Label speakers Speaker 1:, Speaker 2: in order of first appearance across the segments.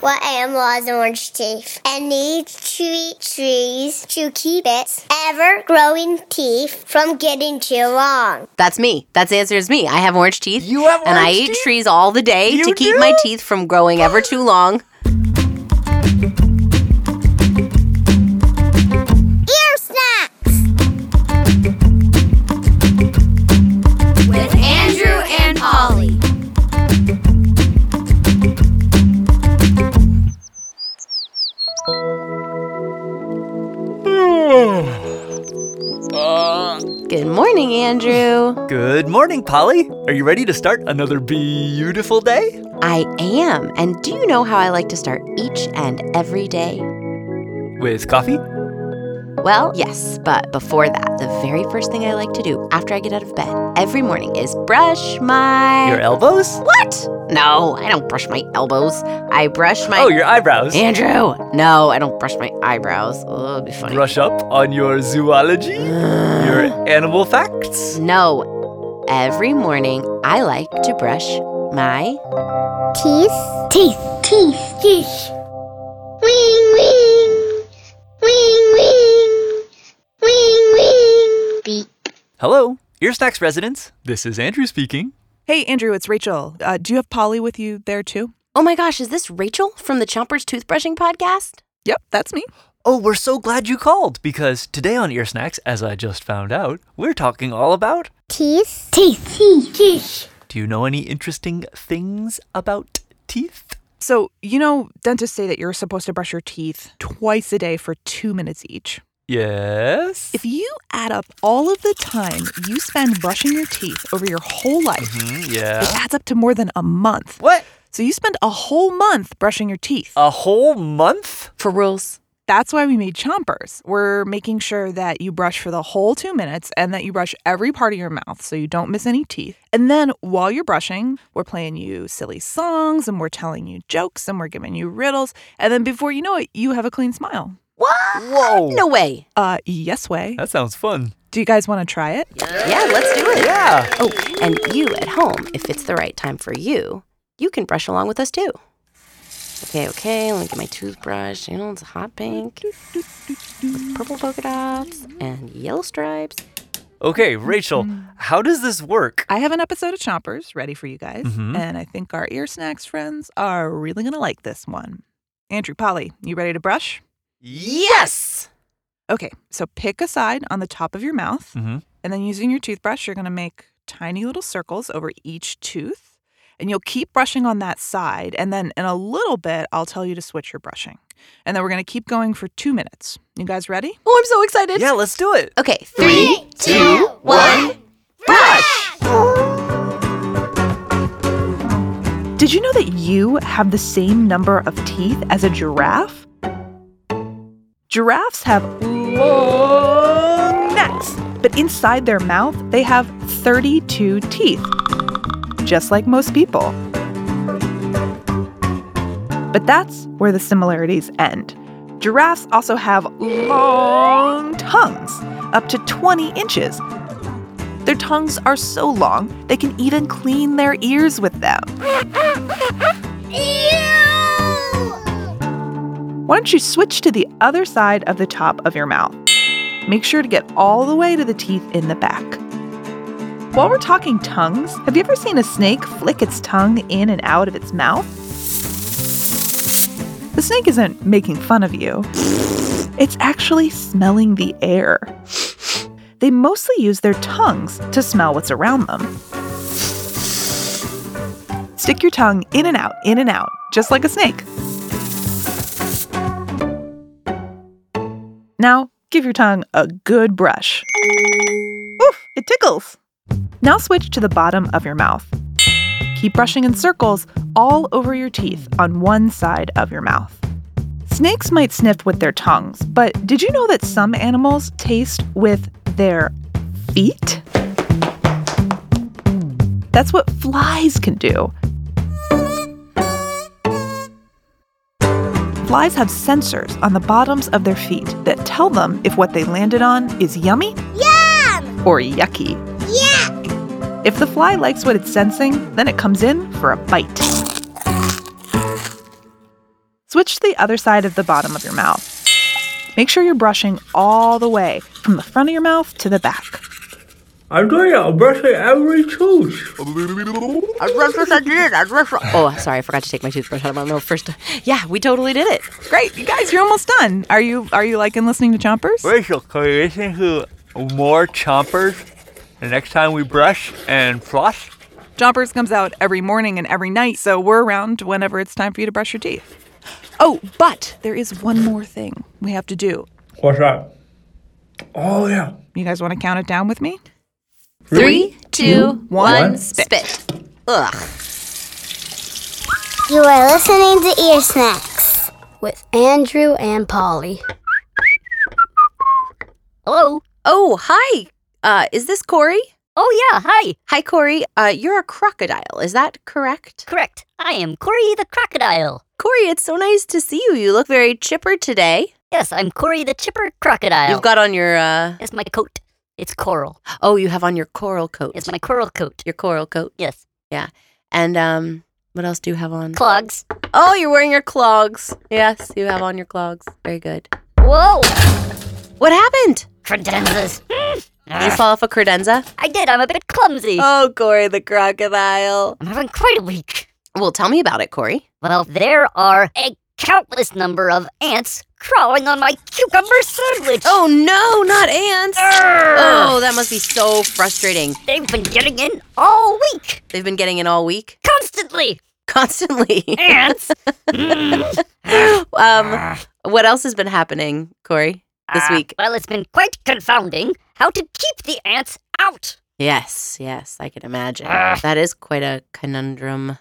Speaker 1: what animal has orange teeth? Any tree trees to keep its ever growing teeth from getting too long.
Speaker 2: That's me. That's the answer is me. I have orange teeth.
Speaker 3: You have
Speaker 2: And I
Speaker 3: orange
Speaker 2: eat
Speaker 3: teeth?
Speaker 2: trees all the day
Speaker 3: You
Speaker 2: to keep
Speaker 3: do?
Speaker 2: my teeth from growing ever too long.
Speaker 1: Ear snacks.
Speaker 4: with Andrew and Ollie.
Speaker 2: Good morning, Andrew.
Speaker 3: Good morning, Polly. Are you ready to start another beautiful day?
Speaker 2: I am. And do you know how I like to start each and every day?
Speaker 3: With coffee?
Speaker 2: Well, yes, but before that, the very first thing I like to do after I get out of bed every morning is brush my.
Speaker 3: Your elbows?
Speaker 2: what? No, I don't brush my elbows. I brush my.
Speaker 3: Oh, your eyebrows.
Speaker 2: Andrew! No, I don't brush my eyebrows. Oh, it'd be funny.
Speaker 3: Brush up on your zoology? Your animal facts?
Speaker 2: No, every morning I like to brush my.
Speaker 1: Teeth. Teeth. Teeth. Teeth. Ring ring. Ring ring. Ring ring. Beep.
Speaker 3: Hello, Ear Snacks residents. This is Andrew speaking.
Speaker 5: Hey, Andrew, it's Rachel. Uh, do you have Polly with you there too?
Speaker 2: Oh my gosh, is this Rachel from the Chompers Toothbrushing Podcast?
Speaker 5: Yep, that's me.
Speaker 3: Oh, we're so glad you called because today on Ear Snacks, as I just found out, we're talking all about
Speaker 1: Teeth. Teeth. Teeth. Teeth.
Speaker 3: do you know any interesting things about teeth?
Speaker 5: So, you know, dentists say that you're supposed to brush your teeth twice a day for two minutes each.
Speaker 3: Yes.
Speaker 5: If you add up all of the time you spend brushing your teeth over your whole life,
Speaker 3: Mm,
Speaker 5: it
Speaker 3: yeah.
Speaker 5: adds up to more than a month.
Speaker 3: What?
Speaker 5: So, you spend a whole month brushing your teeth.
Speaker 3: A whole month?
Speaker 2: For rules.
Speaker 5: That's why we made chompers. We're making sure that you brush for the whole two minutes and that you brush every part of your mouth so you don't miss any teeth. And then while you're brushing, we're playing you silly songs and we're telling you jokes and we're giving you riddles. And then before you know it, you have a clean smile.
Speaker 2: What?
Speaker 3: Whoa.
Speaker 2: No way.
Speaker 5: Uh, yes, way.
Speaker 3: That sounds fun.
Speaker 5: Do you guys want to try it?
Speaker 2: Yeah, let's do it.
Speaker 3: Yeah.
Speaker 2: Oh, and you at home, if it's the right time for you, you can brush along with us too. Okay, okay, let me get my toothbrush. You know, it's a hot pink with purple polka dots and yellow stripes.
Speaker 3: Okay, Rachel, how does this work?
Speaker 5: I have an episode of Chompers ready for you guys, and I think our ear snacks friends are really going to like this one. Andrew, Polly, you ready to brush?
Speaker 2: Yes!
Speaker 5: Okay, so pick a side on the top of your mouth.
Speaker 3: Mm-hmm.
Speaker 5: And then using your toothbrush, you're going to make tiny little circles over each tooth. And you'll keep brushing on that side. And then in a little bit, I'll tell you to switch your brushing. And then we're going to keep going for two minutes. You guys ready?
Speaker 2: Oh, I'm so excited.
Speaker 3: Yeah, let's do it.
Speaker 2: Okay, three,
Speaker 1: Two.
Speaker 2: one.
Speaker 5: Did you know that you have the same number of teeth as a giraffe? Giraffes have long necks, but inside their mouth, they have 32 teeth, just like most people. But that's where the similarities end. Giraffes also have long tongues, up to 20 inches. Their tongues are so long, they can even clean their ears with them.
Speaker 1: Ew.
Speaker 5: Why don't you switch to the other side of the top of your mouth? Make sure to get all the way to the teeth in the back. While we're talking tongues, have you ever seen a snake flick its tongue in and out of its mouth? The snake isn't making fun of you, it's actually smelling the air. They mostly use their tongues to smell what's around them. Stick your tongue in and out, in and out, just like a snake. Now, give your tongue a good brush. Oof, it tickles. Now switch to the bottom of your mouth. Keep brushing in circles all over your teeth on one side of your mouth. Snakes might sniff with their tongues, but did you know that some animals taste with their feet? That's what flies can do. Flies have sensors on the bottoms of their feet that tell them if what they landed on is yummy
Speaker 1: Yum.
Speaker 5: or yucky.
Speaker 1: Yeah.
Speaker 5: If the fly likes what it's sensing, then it comes in for a bite. switch to the other side of the bottom of your mouth. Make sure you're brushing all the way from the front of your mouth to the back.
Speaker 6: I'm doing it. I'm brushing every tooth.
Speaker 7: Oh, sorry, I forgot to take my toothbrush out of my mouth first. Yeah, we totally did it.
Speaker 5: Great, you guys, you're almost done. Are you are you liking listening to Chompers?
Speaker 3: Rachel, can we listen to more chompers the next time we brush and floss?
Speaker 5: Chompers comes out every morning and every night, so we're around whenever it's time for you to brush your teeth. Oh, but there is one more thing we have to do.
Speaker 6: What's that? Oh, yeah.
Speaker 5: You guys want to count it down with me?
Speaker 4: Three, two,
Speaker 5: one,
Speaker 4: one, spit.
Speaker 7: Ugh.
Speaker 1: You are listening to Ear Snacks.
Speaker 4: With Andrew and Polly.
Speaker 2: Hello. Oh, hi. Uh, is this Corey? Oh, yeah. Hi. Hi, Corey. Uh, you're a crocodile. Is that correct? Correct. I am Corey the crocodile. Corey, it's so nice to see you. You look very chipper today.
Speaker 8: Yes, I'm Corey the Chipper Crocodile.
Speaker 2: You've got on your, uh,
Speaker 8: That's my coat. It's coral.
Speaker 2: oh, you have on your coral coat.
Speaker 8: It's my coral coat.
Speaker 2: your coral coat.
Speaker 8: Yes.
Speaker 2: And, um, what else do you have on?
Speaker 8: Clogs.
Speaker 2: Oh, you're wearing your clogs. Yes, you have on your clogs. Very good.
Speaker 8: Whoa!
Speaker 2: What happened?
Speaker 8: Credenzas.
Speaker 2: You fall off a credenza?
Speaker 8: I did. I'm a bit clumsy.
Speaker 2: Ah. Oh, Corey the crocodile.
Speaker 8: I'm having quite a week.
Speaker 2: Well, tell me about it, Corey.
Speaker 8: Well, there are a countless number of ants crawling on my cucumber sandwich.
Speaker 2: Oh, no, not ants.
Speaker 8: Arrgh.
Speaker 2: Oh, that must be so frustrating.
Speaker 8: They've been getting in all week.
Speaker 2: They've been getting it all week.
Speaker 8: Constantly.
Speaker 2: Constantly.
Speaker 8: Ants. Hmm.
Speaker 2: um, what else has been happening, Corey, this
Speaker 8: Ah,
Speaker 2: week?
Speaker 8: Well, it's been quite confounding how to keep the ants out.
Speaker 2: Yes, yes, I can imagine.
Speaker 8: Ah.
Speaker 2: That is quite a conundrum.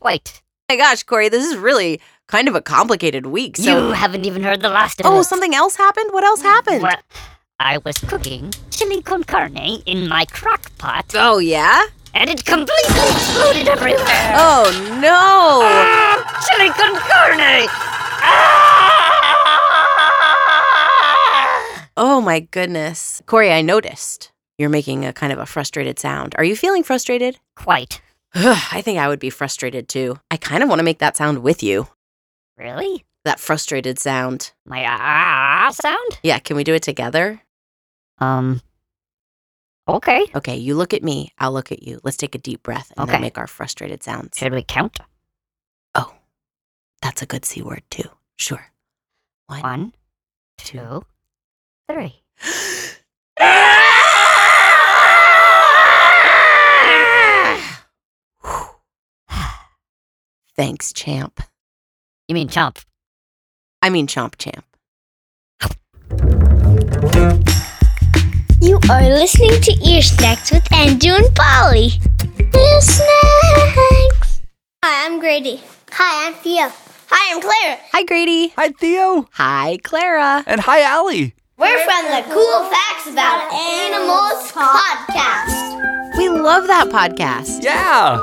Speaker 8: Quite.
Speaker 2: Oh my gosh, Corey, this is really kind of a complicated week. So,
Speaker 8: you haven't even heard the last of it.
Speaker 2: oh, something else happened. What else happened?
Speaker 8: Well, I was cooking chili con carne in my crock pot,
Speaker 2: Oh yeah.
Speaker 8: and it completely exploded everywhere.
Speaker 2: Oh no.
Speaker 8: Ah, chili con carne! Ah!
Speaker 2: Oh my goodness, Corey, I noticed you're making a kind of a frustrated sound. Are you feeling frustrated?
Speaker 8: Quite.
Speaker 2: Ugh, I think I would be frustrated too. I kind of want to make that sound with you.
Speaker 8: Really?
Speaker 2: That frustrated sound.
Speaker 8: My ah sound?
Speaker 2: Yeah, can we do it together?
Speaker 8: Um. Okay.
Speaker 2: Okay, you look at me, I'll look at you. Let's take a deep breath and then
Speaker 8: Okay.
Speaker 2: make our frustrated sounds.
Speaker 8: Should we count?
Speaker 2: That's a good C word too. Sure. One.
Speaker 8: One, two, three.
Speaker 2: Thanks, champ.
Speaker 8: You mean chomp?
Speaker 2: I mean, chomp champ.
Speaker 1: You are listening to Ear Snacks with Andrew and Polly. Ear Snacks. Hi, I'm Grady. Hi, I'm Theo. Hi, I'm Claire.
Speaker 2: Hi, Grady.
Speaker 3: Hi, Theo.
Speaker 2: Hi, Clara.
Speaker 3: And hi, Allie.
Speaker 1: We're from the Cool Facts About Animals podcast.
Speaker 2: We love that podcast.
Speaker 3: Yeah.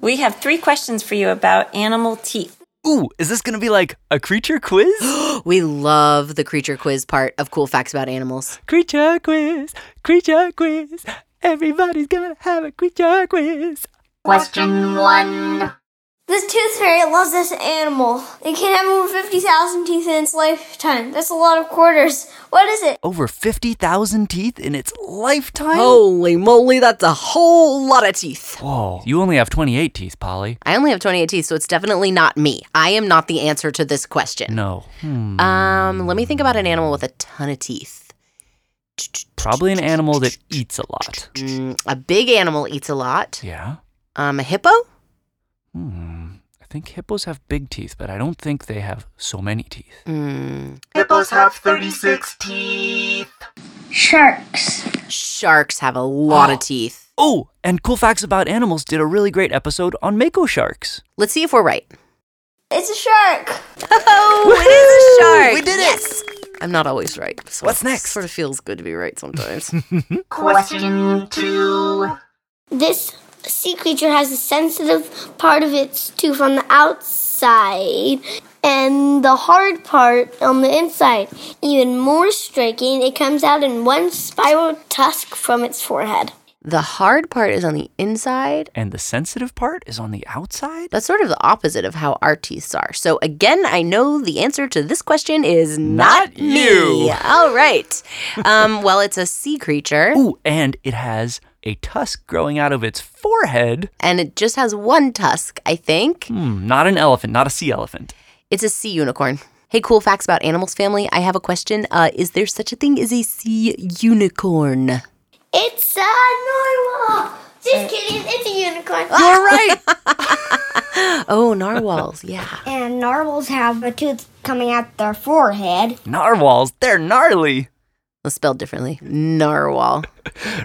Speaker 9: We have three questions for you about animal teeth.
Speaker 3: Ooh, is this going to be like a creature quiz?
Speaker 2: We love the creature quiz part of Cool Facts About Animals.
Speaker 3: creature quiz. Creature quiz. Everybody's going to have a creature quiz.
Speaker 8: Question one.
Speaker 10: This tooth fairy loves this animal. It can have over 50,000 teeth in its lifetime. That's a lot of quarters. What is it?
Speaker 3: Over 50,000 teeth in its lifetime?
Speaker 2: Holy moly, that's a whole lot of teeth.
Speaker 3: Whoa. You only have 28 teeth, Polly.
Speaker 2: I only have 28 teeth, so it's definitely not me. I am not the answer to this question.
Speaker 3: No. Hmm.
Speaker 2: Um, let me think about an animal with a ton of teeth.
Speaker 3: Probably an animal that eats a lot.
Speaker 2: Mm, a big animal eats a lot.
Speaker 3: Yeah.
Speaker 2: Um, a hippo?
Speaker 3: Hmm. I think hippos have big teeth, but I don't think they have so many teeth.
Speaker 2: Mm,
Speaker 10: Sharks.
Speaker 2: sharks have a lot of teeth.
Speaker 3: Oh, and Cool Facts About Animals did a really great episode on mako sharks.
Speaker 2: Let's see if we're right.
Speaker 10: It's a shark.
Speaker 2: Oh, it is a shark. We did it. Yes. I'm not always right. so
Speaker 3: What's
Speaker 2: it
Speaker 3: next?
Speaker 2: Sort of feels good to be right sometimes.
Speaker 8: Question two.
Speaker 10: This sea creature has a sensitive part of its tooth on the outside and the hard part on the inside. Even more striking, it comes out in one spiral tusk from its forehead.
Speaker 7: The hard part is on the inside.
Speaker 3: And the sensitive part is on the outside?
Speaker 2: That's sort of the opposite of how our teeth are. So, again, I know the answer to this question is not,
Speaker 3: Not you.
Speaker 2: me. All right. Um, well, it's a sea creature.
Speaker 3: Ooh, and it has a tusk growing out of its forehead.
Speaker 2: And it just has one tusk, I think.
Speaker 3: Hmm, not an elephant, not a sea elephant.
Speaker 2: It's a sea unicorn. Hey, cool facts about animals family. I have a question. Uh, is there such a thing as a sea unicorn?
Speaker 10: It's a normal. Just kidding. It's a unicorn.
Speaker 2: You're right. Oh, narwhals, yeah.
Speaker 1: And narwhals have a tooth coming out their forehead.
Speaker 3: Narwhals, they're gnarly.
Speaker 2: Well, spelled differently. Narwhal.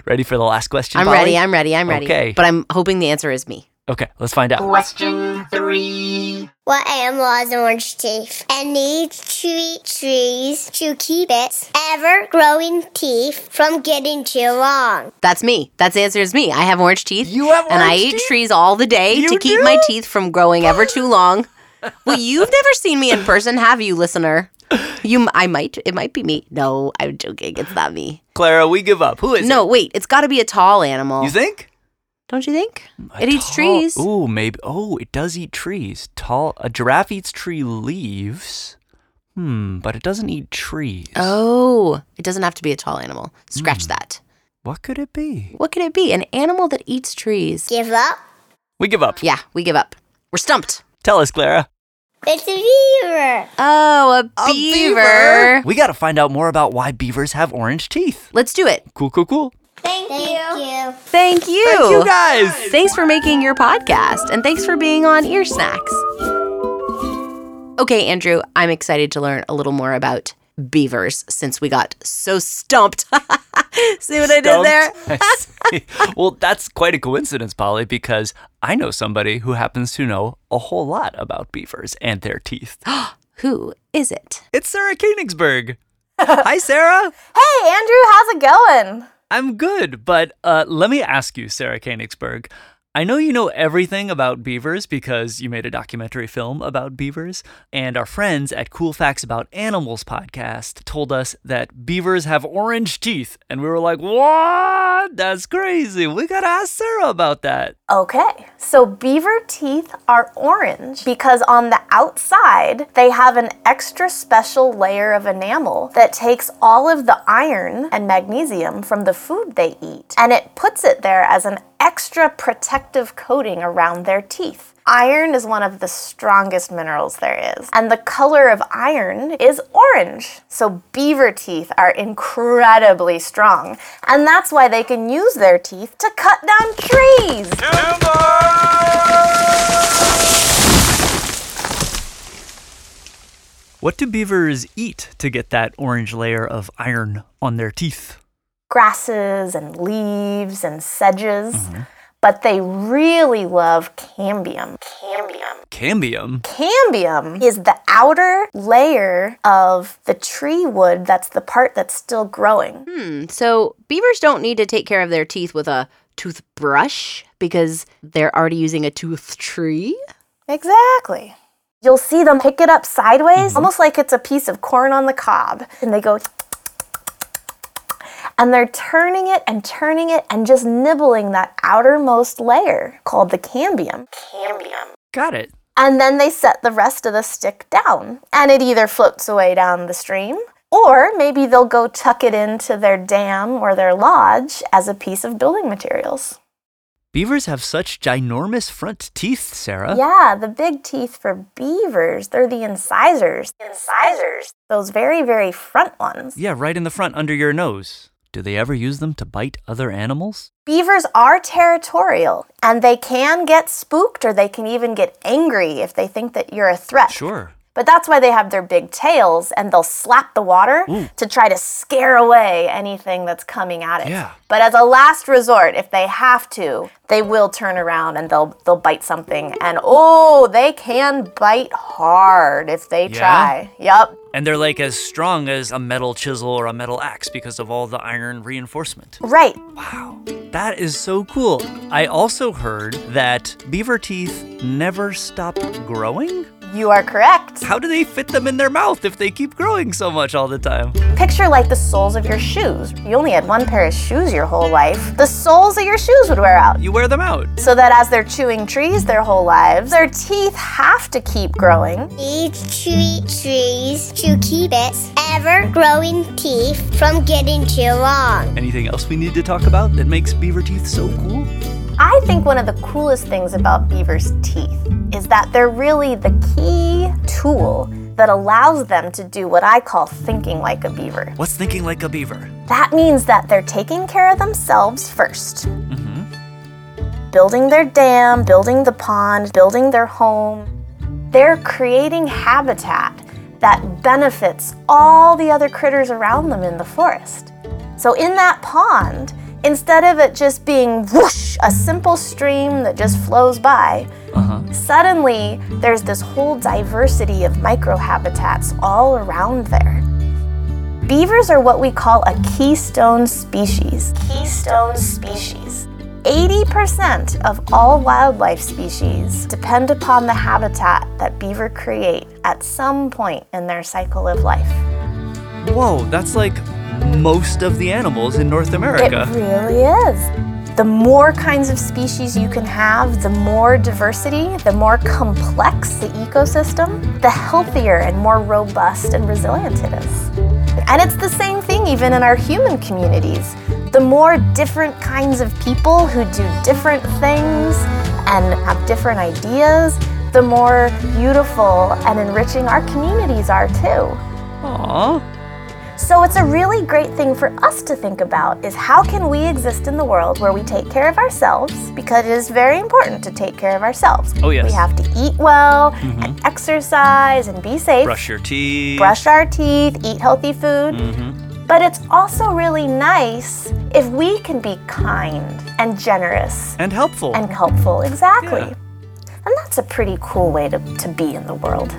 Speaker 3: Ready for the last question?
Speaker 2: I'm
Speaker 3: Polly?
Speaker 2: ready. I'm ready. I'm ready.
Speaker 3: Okay.
Speaker 2: But I'm hoping the answer is me.
Speaker 3: okay, let's find out.
Speaker 1: Question three. What animal has orange teeth and needs tree trees to keep its ever growing teeth from getting too long?
Speaker 2: That's me. That's the answer is me. I have orange teeth.
Speaker 3: You have
Speaker 2: And I
Speaker 3: orange
Speaker 2: eat
Speaker 3: teeth?
Speaker 2: trees all the day
Speaker 3: You
Speaker 2: to keep
Speaker 3: do?
Speaker 2: my teeth from growing ever too long. well, you've never seen me in person, have you, listener? You, m- I might. It might be me. No, I'm joking. It's not me.
Speaker 3: Clara, we give up. Who is
Speaker 2: no, wait. It's got to be a tall animal.
Speaker 3: it? You think?
Speaker 2: Don't you think?
Speaker 3: A
Speaker 2: it eats
Speaker 3: tall-
Speaker 2: trees.
Speaker 3: Ooh, maybe. Oh, it does eat trees. Tall. A giraffe eats tree leaves. Hmm, but it doesn't eat trees.
Speaker 2: Oh, it doesn't have to be a tall animal. Scratch
Speaker 3: Hmm.
Speaker 2: that.
Speaker 3: What could it be?
Speaker 2: What could it be? An animal that eats trees.
Speaker 1: Give up?
Speaker 3: We give up.
Speaker 2: Yeah, we give up. We're stumped.
Speaker 3: Tell us, Clara.
Speaker 1: It's a beaver.
Speaker 2: Oh, a, beaver.
Speaker 3: We got to find out more about why beavers have orange teeth.
Speaker 2: Let's do it.
Speaker 3: Cool, cool, cool.
Speaker 1: Thank, you.
Speaker 2: Thank you.
Speaker 3: Thank you guys.
Speaker 2: Thanks for making your podcast and thanks for being on Ear Snacks. Okay, Andrew, I'm excited to learn a little more about beavers since we got so stumped. See what I did there?
Speaker 3: Stumped. I see. well, that's quite a coincidence, Polly, because I know somebody who happens to know a whole lot about beavers and their teeth.
Speaker 2: Who is it?
Speaker 3: It's Sarah Koenigsberg. Hi, Sarah.
Speaker 11: Hey, Andrew, how's it going?
Speaker 3: I'm good, but uh, let me ask you, Sarah Koenigsberg. I know you know everything about beavers because you made a documentary film about beavers, and our friends at Cool Facts About Animals podcast told us that beavers have orange teeth, and we were like, "What? That's crazy! We gotta ask Sarah about that."
Speaker 11: Okay, so beaver teeth are orange because on the outside they have an extra special layer of enamel that takes all of the iron and magnesium from the food they eat and it puts it there as an extra protective coating around their teeth. Iron is one of the strongest minerals there is, and the color of iron is orange. So, beaver teeth are incredibly strong, and that's why they can use their teeth to cut down trees.
Speaker 3: What do beavers eat to get that orange layer of iron on their teeth?
Speaker 11: grasses and leaves and sedges, but they really love cambium. Cambium.
Speaker 3: Cambium.
Speaker 11: Cambium is the outer layer of the tree wood that's the part that's still growing.
Speaker 2: Hmm, so beavers don't need to take care of their teeth with a toothbrush because they're already using a tooth tree.
Speaker 11: Exactly. You'll see them pick it up sideways, almost like it's a piece of corn on the cob, and they go. And they're turning it and turning it and just nibbling that outermost layer called the cambium. Cambium.
Speaker 3: Got it.
Speaker 11: And then they set the rest of the stick down, and it either floats away down the stream, or maybe they'll go tuck it into their dam or their lodge as a piece of building materials.
Speaker 3: Beavers have such ginormous front teeth, Sarah.
Speaker 11: Yeah, the big teeth for beavers, they're the incisors. Incisors. Those very, very front ones.
Speaker 3: Yeah, right in the front under your nose. Do they ever use them to bite other animals?
Speaker 11: Beavers are territorial, and they can get spooked or they can even get angry if they think that you're a threat.
Speaker 3: Sure.
Speaker 11: But that's why they have their big tails and they'll slap the water
Speaker 3: Ooh.
Speaker 11: to try to scare away anything that's coming at it.
Speaker 3: Yeah.
Speaker 11: But as a last resort, if they have to, they will turn around and they'll they'll bite something and oh, they can bite hard if they
Speaker 3: Yeah?
Speaker 11: try. Yep.
Speaker 3: And they're like as strong as a metal chisel or a metal axe because of all the iron reinforcement.
Speaker 11: Right.
Speaker 3: That is so cool. I also heard that beaver teeth never stop growing.
Speaker 11: You are correct.
Speaker 3: How do they fit them in their mouth if they keep growing so much all the time?
Speaker 11: Picture like the soles of your shoes. You only had one pair of shoes your whole life. The soles of your shoes would wear out.
Speaker 3: You wear them out.
Speaker 11: So that as they're chewing trees their whole lives, their teeth have to keep growing.
Speaker 1: Need tree trees to keep its ever growing teeth from getting too long.
Speaker 3: Anything else we need to talk about that makes beaver teeth so cool?
Speaker 11: I think one of the coolest things about beavers' teeth is that they're really the key tool that allows them to do what I call thinking like a beaver.
Speaker 3: What's thinking like a beaver?
Speaker 11: That means that they're taking care of themselves 1st Building their dam, building the pond, building their home. They're creating habitat that benefits all the other critters around them in the forest. So in that pond, instead of it just being whoosh, a simple stream that just flows by, suddenly there's this whole diversity of microhabitats all around there. Beavers are what we call a keystone species. Keystone species. 80% of all wildlife species depend upon the habitat that beaver create at some point in their cycle of life.
Speaker 3: Whoa, that's like most of the animals in North America.
Speaker 11: It really is. The more kinds of species you can have, the more diversity, the more complex the ecosystem, the healthier and more robust and resilient it is. And it's the same thing even in our human communities. The more different kinds of people who do different things and have different ideas, the more beautiful and enriching our communities are too.
Speaker 3: Aww.
Speaker 11: So it's a really great thing for us to think about is how can we exist in the world where we take care of ourselves because it is very important to take care of ourselves.
Speaker 3: Oh, yes.
Speaker 11: We have to eat well,
Speaker 3: Mhm.
Speaker 11: exercise and be safe.
Speaker 3: Brush your teeth.
Speaker 11: brush our teeth, eat healthy food.
Speaker 3: Mhm.
Speaker 11: But it's also really nice if we can be kind and generous
Speaker 3: And helpful.
Speaker 11: and helpful. Exactly. And that's a pretty cool way to, to be in the world.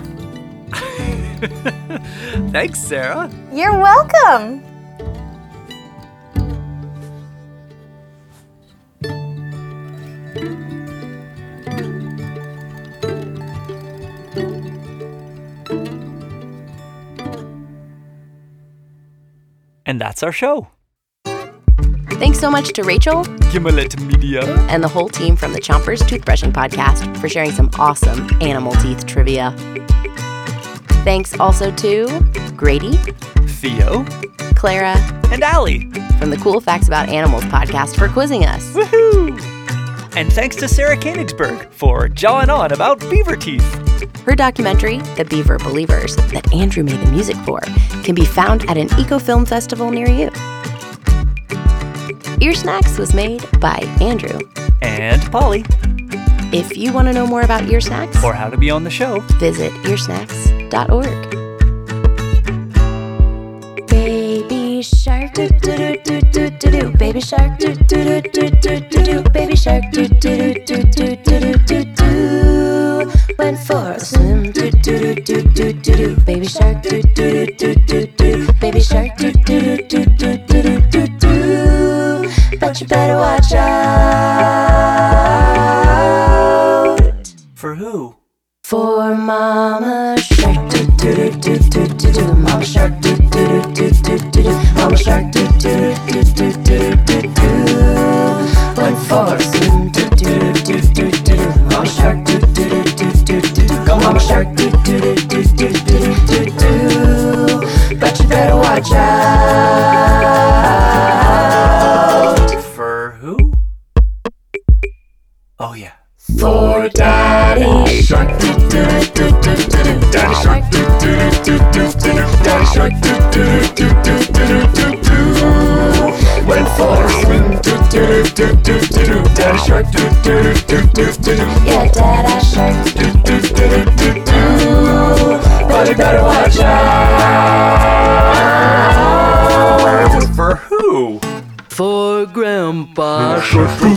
Speaker 3: Thanks, Sarah.
Speaker 11: You're welcome.
Speaker 3: And that's our show.
Speaker 7: Thanks so much to Rachel
Speaker 3: Gimlet Media.
Speaker 7: and the whole team from the Chompers Toothbrushing Podcast for sharing some awesome animal teeth trivia. Thanks also to Grady,
Speaker 3: Theo,
Speaker 7: Clara,
Speaker 3: and Allie
Speaker 7: from the Cool Facts About Animals podcast for quizzing us.
Speaker 3: And thanks to Sarah Koenigsberg for jawing on about beaver teeth.
Speaker 7: Her documentary, The Beaver Believers, that Andrew made the music for, can be found at an ecofilm festival near you. Ear Snacks was made by Andrew.
Speaker 3: And Polly.
Speaker 7: If you want to know more about Ear Snacks,
Speaker 3: Or how to be on the show.
Speaker 7: visit earsnacks.org.
Speaker 12: Baby shark do do do do do do do baby shark do do do do do do do baby shark do do do do do do do do do went for a swim do do do do do do do baby shark do do do do do do baby shark do do do do do do do do but you better watch out
Speaker 3: For who?
Speaker 12: for Mama Shark, do do do do do do do. Mama Shark, do do do do do do do. Mama Shark, do do do do do do do do. Went for a swim, do do do do do do do. Mama Shark, do do do do do do. Go Mama Shark, do do do do do do do do. But you better watch out.
Speaker 3: For who? Oh, yeah.
Speaker 12: For Daddy Shark, do do do do do do. Daddy Shark, do do do do do do. Daddy Shark, do do do do do do do do. Went for a swim, do do do do do do. Daddy Shark, do do do do do do. Yeah, Daddy Shark, do do do do do do. But you better watch out.
Speaker 3: For who?
Speaker 12: For Grandpa Shark, do